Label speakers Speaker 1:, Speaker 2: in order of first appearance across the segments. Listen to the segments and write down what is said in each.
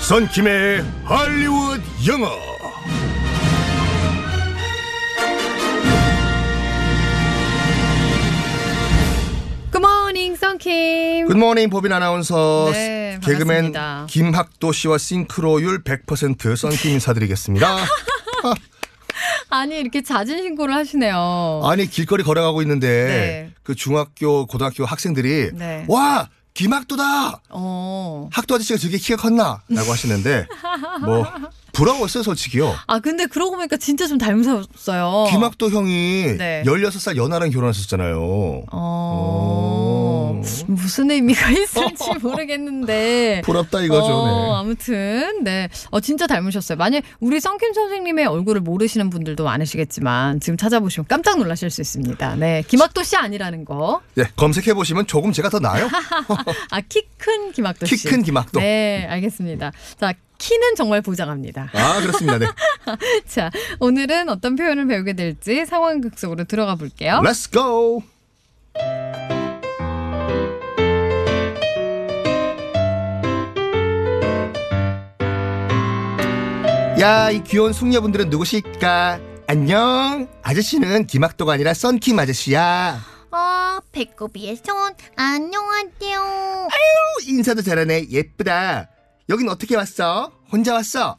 Speaker 1: 선킴의 할리우드 영어.
Speaker 2: 굿모닝 썬킴
Speaker 1: 굿모닝 법인 아나운서
Speaker 2: 네,
Speaker 1: 개그맨
Speaker 2: 반갑습니다.
Speaker 1: 김학도 씨와 싱크로율 100% 선킴 인사드리겠습니다.
Speaker 2: 아니 이렇게 자진 신고를 하시네요
Speaker 1: 아니 길거리 걸어가고 있는데
Speaker 2: 네.
Speaker 1: 그 중학교 고등학교 학생들이
Speaker 2: 네.
Speaker 1: 와 김학도다
Speaker 2: 어.
Speaker 1: 학도 아저씨가 되게 키가 컸나라고 하시는데 뭐 부러웠어요 솔직히요.
Speaker 2: 아 근데 그러고 보니까 진짜 좀 닮으셨어요
Speaker 1: 김학도 형이
Speaker 2: 네.
Speaker 1: 16살 연하랑 결혼하셨잖아요.
Speaker 2: 어. 무슨 의미가 있을지 모르겠는데
Speaker 1: 부럽다 이거죠.
Speaker 2: 어,
Speaker 1: 네.
Speaker 2: 아무튼 네, 어, 진짜 닮으셨어요. 만약 우리 썬킴 선생님의 얼굴을 모르시는 분들도 많으시겠지만 지금 찾아보시면 깜짝 놀라실 수 있습니다. 네, 김학도 씨 아니라는 거.
Speaker 1: 예, 검색해 보시면 조금 제가 더 나아요.
Speaker 2: 아, 키 큰 김학도
Speaker 1: 키
Speaker 2: 씨.
Speaker 1: 큰 김학도.
Speaker 2: 네, 알겠습니다. 자, 키는 정말 보장합니다.
Speaker 1: 아 그렇습니다. 네.
Speaker 2: 자, 오늘은 어떤 표현을 배우게 될지 상황극 속으로 들어가 볼게요.
Speaker 1: Let's go. 야, 이 귀여운 숙녀분들은 누구실까? 안녕. 아저씨는 김학도가 아니라 썬킴 아저씨야.
Speaker 3: 아, 배꼽이의 손, 안녕하세요.
Speaker 1: 오, 인사도 잘하네. 예쁘다. 여긴 어떻게 왔어? 혼자 왔어?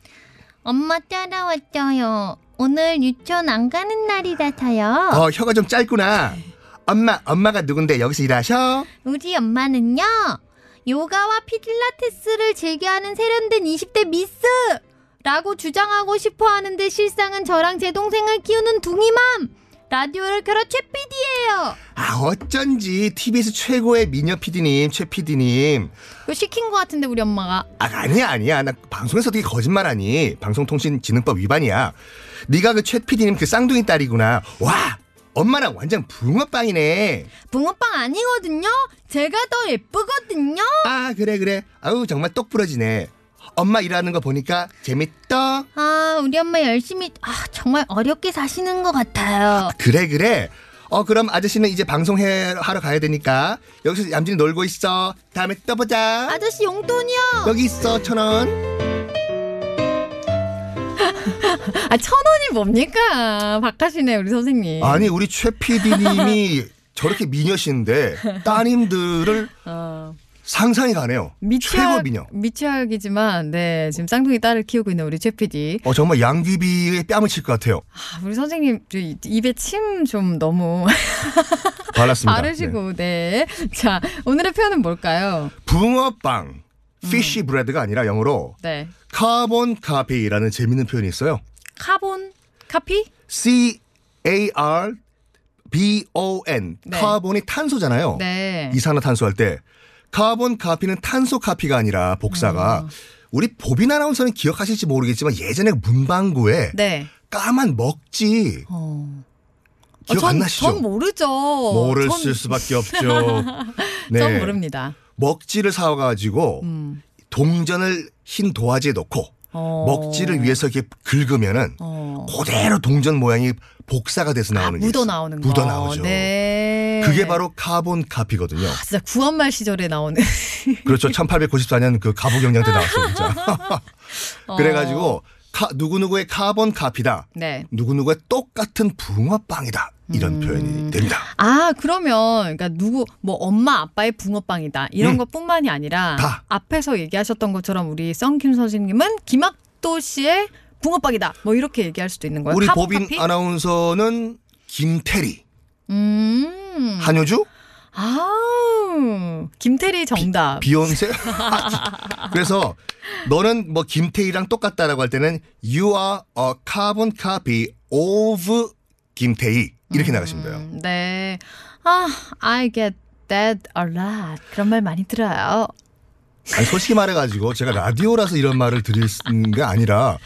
Speaker 3: 엄마 따라왔어요. 오늘 유치원 안 가는 날이라서요.
Speaker 1: 어, 혀가 좀 짧구나. 엄마, 엄마가 누군데 여기서 일하셔?
Speaker 3: 우리 엄마는요, 요가와 필라테스를 즐겨하는 세련된 20대 미스! 라고 주장하고 싶어 하는데 실상은 저랑 제 동생을 키우는 둥이맘! 라디오를 켜라 최피디예요.
Speaker 1: 아, 어쩐지 TBS 최고의 미녀 PD님, 최 PD님.
Speaker 2: 이거 시킨 것 같은데 우리 엄마가
Speaker 1: 아, 아니야, 아니야. 나 방송에서 어떻게 거짓말하니? 방송통신진흥법 위반이야. 네가 그 최 PD님 그 쌍둥이 딸이구나. 와, 엄마랑 완전 붕어빵이네.
Speaker 3: 붕어빵 아니거든요? 제가 더 예쁘거든요?
Speaker 1: 아, 그래, 그래. 아우, 정말 똑 부러지네. 엄마 일하는 거 보니까 재밌다.
Speaker 3: 아, 우리 엄마 열심히, 아, 정말 어렵게 사시는 것 같아요.
Speaker 1: 그래, 그래. 어, 그럼 아저씨는 이제 방송해 하러 가야 되니까 여기서 얌전히 놀고 있어. 다음에 떠보자.
Speaker 3: 아저씨 용돈이요.
Speaker 1: 여기 있어, 천 원.
Speaker 2: 아 천 원이 뭡니까? 박하시네 우리 선생님.
Speaker 1: 아니, 우리 최 PD님이 저렇게 미녀신데 따님들을
Speaker 2: 어,
Speaker 1: 상상이 가네요. 최고
Speaker 2: 미취학
Speaker 1: 미녀.
Speaker 2: 미취학이지만 네 지금 쌍둥이 딸을 키우고 있는 우리 최 PD.
Speaker 1: 어 정말 양귀비에 뺨을 칠 것 같아요.
Speaker 2: 아, 우리 선생님 저 이- 입에 침 좀 너무
Speaker 1: 발랐습니다.
Speaker 2: 바르시고 네. 자 오늘의 표현은 뭘까요?
Speaker 1: 네. 붕어빵, 피쉬 브레드가 아니라 영어로
Speaker 2: 네.
Speaker 1: 카본 카피라는 재밌는 표현이 있어요.
Speaker 2: 카본 카피?
Speaker 1: C A R B O N
Speaker 2: 네.
Speaker 1: 카본이 탄소잖아요.
Speaker 2: 네.
Speaker 1: 어, 이산화탄소 할 때 카본 카피는 탄소 카피가 아니라 복사가
Speaker 2: 음.
Speaker 1: 우리 보빈 아나운서는 기억하실지 모르겠지만 예전에 문방구에
Speaker 2: 네.
Speaker 1: 까만 먹지
Speaker 2: 어.
Speaker 1: 기억
Speaker 2: 전,
Speaker 1: 안 나시죠?
Speaker 2: 전 모르죠.
Speaker 1: 모를
Speaker 2: 전,
Speaker 1: 쓸 수밖에 없죠. 네.
Speaker 2: 전 모릅니다.
Speaker 1: 먹지를 사와가지고
Speaker 2: 음.
Speaker 1: 동전을 흰 도화지에 넣고
Speaker 2: 어.
Speaker 1: 먹지를 위해서 이렇게 긁으면은
Speaker 2: 어. 아,
Speaker 1: 그대로 동전 모양이 복사가 돼서 나오는 게
Speaker 2: 묻어
Speaker 1: 있어요.
Speaker 2: 나오는 거.
Speaker 1: 묻어 나오죠.
Speaker 2: 네.
Speaker 1: 그게 바로 카본 카피거든요.
Speaker 2: 아, 진짜 구한말 시절에 나오는.
Speaker 1: 그렇죠. 1894년 그 가부경량 때 나왔어요, 진짜.
Speaker 2: 어.
Speaker 1: 그래가지고 카, 누구누구의 카본 카피다.
Speaker 2: 네.
Speaker 1: 누구누구의 똑같은 붕어빵이다.
Speaker 2: 음.
Speaker 1: 이런 표현이 됩니다.
Speaker 2: 아 그러면 그러니까 누구 뭐 엄마 아빠의 붕어빵이다 이런
Speaker 1: 음.
Speaker 2: 것뿐만이 아니라
Speaker 1: 다.
Speaker 2: 앞에서 얘기하셨던 것처럼 우리 썬킴 선생님은 김학도 씨의 붕어빵이다 뭐 이렇게 얘기할 수도 있는 거예요.
Speaker 1: 우리
Speaker 2: 카본
Speaker 1: 법인
Speaker 2: 카피?
Speaker 1: 아나운서는 김태리,
Speaker 2: 음.
Speaker 1: 한효주,
Speaker 2: 아우 김태리 정답.
Speaker 1: 비욘세. 그래서 너는 뭐 김태희랑 똑같다라고 할 때는 you are a carbon copy of 김태희 이렇게 나가시면 돼요.
Speaker 2: 음, 네. 아, I get that a lot. 그런 말 많이 들어요.
Speaker 1: 아니 솔직히 말해가지고 제가 라디오라서 이런 말을 드릴 수 있는 게 아니라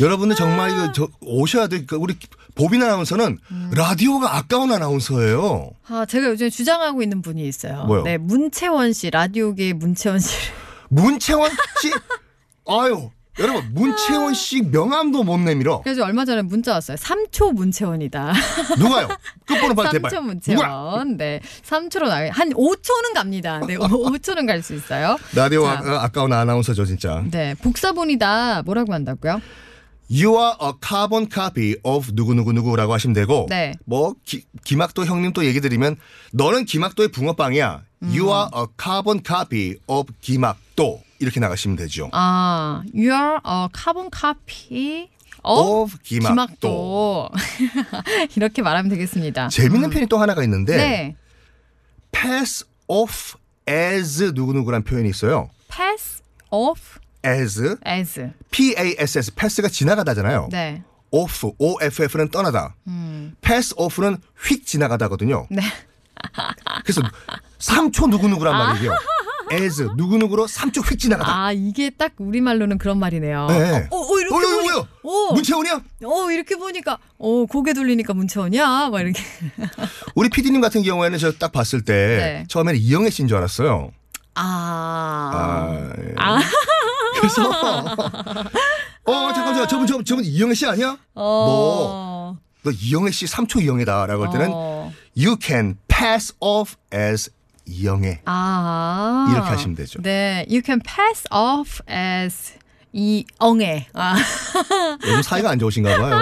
Speaker 1: 여러분들 정말 이거 저 오셔야 돼. 그러니까 우리 보빈 아나운서는 라디오가 아까운 아나운서예요.
Speaker 2: 아, 제가 요즘 주장하고 있는 분이 있어요.
Speaker 1: 뭐요?
Speaker 2: 네, 문채원 씨, 라디오계의 문채원 씨를.
Speaker 1: 문채원 씨, 아유 여러분 문채원 씨 명함도 못 내밀어.
Speaker 2: 그래서 얼마 전에 문자 왔어요. 3초 문채원이다.
Speaker 1: 누가요? 끝번호 빨리 대발.
Speaker 2: 3초
Speaker 1: 누가?
Speaker 2: 문채원. 네. 3초로 나가요. 한 5초는 갑니다. 네. 5초는 갈 수 있어요.
Speaker 1: 라디오
Speaker 2: 자.
Speaker 1: 아, 아까운 아나운서죠 진짜.
Speaker 2: 네. 복사본이다. 뭐라고 한다고요?
Speaker 1: You are a carbon copy of 누구누구누구라고 하시면 되고
Speaker 2: 네.
Speaker 1: 뭐 기, 김학도 형님 또 얘기 드리면 너는 김학도의 붕어빵이야.
Speaker 2: 음.
Speaker 1: You are a carbon copy of 김학도 이렇게 나가시면 되죠.
Speaker 2: 아, you are a carbon copy of
Speaker 1: of 김학도.
Speaker 2: 김학도. 이렇게 말하면 되겠습니다.
Speaker 1: 재밌는 표현이 또 하나가 있는데
Speaker 2: 네.
Speaker 1: pass off as 누구누구란 표현이 있어요.
Speaker 2: pass off
Speaker 1: as
Speaker 2: as.
Speaker 1: p a s s pass가 지나가다잖아요.
Speaker 2: 네.
Speaker 1: off o f f는 떠나다. pass off는 휙 지나가다거든요.
Speaker 2: 음. 네.
Speaker 1: 그래서 3초 누구누구란 말이에요. as 누구누구로 3초 휙 지나가다.
Speaker 2: 아, 이게 딱 우리말로는 그런 말이네요.
Speaker 1: 네.
Speaker 2: 어, 어, 이렇게
Speaker 1: 어이,
Speaker 2: 보니,
Speaker 1: 뭐야?
Speaker 2: 오,
Speaker 1: 문채원이야?
Speaker 2: 어, 이렇게 보니까 어, 고개 돌리니까 문채원이야. 막 이렇게.
Speaker 1: 우리 PD님 같은 경우에는 저 딱 봤을 때
Speaker 2: 네.
Speaker 1: 처음에는 이영애 씨인 줄 알았어요.
Speaker 2: 아.
Speaker 1: 아, 예.
Speaker 2: 아.
Speaker 1: 그래서 어 잠깐 만 저분 저분 저분 이영애 씨 아니야?
Speaker 2: 어.
Speaker 1: 뭐. 너 이영애 씨 3초 이영애다라고 할 때는
Speaker 2: 어.
Speaker 1: you can pass off as 이영애.
Speaker 2: 아.
Speaker 1: 이렇게 하시면 되죠.
Speaker 2: 네. You can pass off as 이 엉애. 아,
Speaker 1: 요즘 사이가 안 좋으신가 봐요.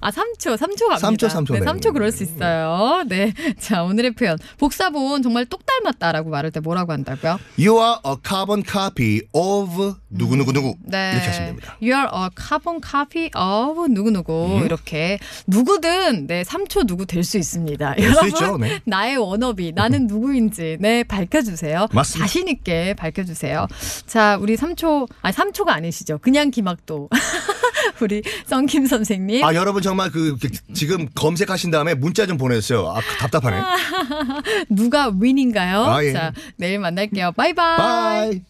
Speaker 2: 아 3초, 3초 갑니다.
Speaker 1: 삼초, 삼초,
Speaker 2: 네,
Speaker 1: 네.
Speaker 2: 3초 그럴 수 있어요. 네. 자, 오늘의 표현. 복사본 정말 똑 닮았다라고 말할 때 뭐라고 한다고요?
Speaker 1: You are a carbon copy of 누구누구누구.
Speaker 2: 네.
Speaker 1: 이렇게 하시면 됩니다. 음.
Speaker 2: You are a carbon copy of 누구누구. 이렇게. 누구든, 네, 3초 누구 될 수 있습니다.
Speaker 1: 될수
Speaker 2: 여러분,
Speaker 1: 있죠, 네.
Speaker 2: 나의 워너비, 나는 누구인지, 네, 밝혀주세요.
Speaker 1: 맞습니다.
Speaker 2: 자신있게 밝혀주세요. 자, 우리 3초, 아니, 3초가 아니시죠. 그냥 기막도. 우리 썬킴 선생님.
Speaker 1: 아 여러분 정말 그 지금 검색하신 다음에 문자 좀 보내주세요. 아 답답하네.
Speaker 2: 누가 윈인가요?
Speaker 1: 아, 예.
Speaker 2: 자, 내일 만날게요.
Speaker 1: 바이.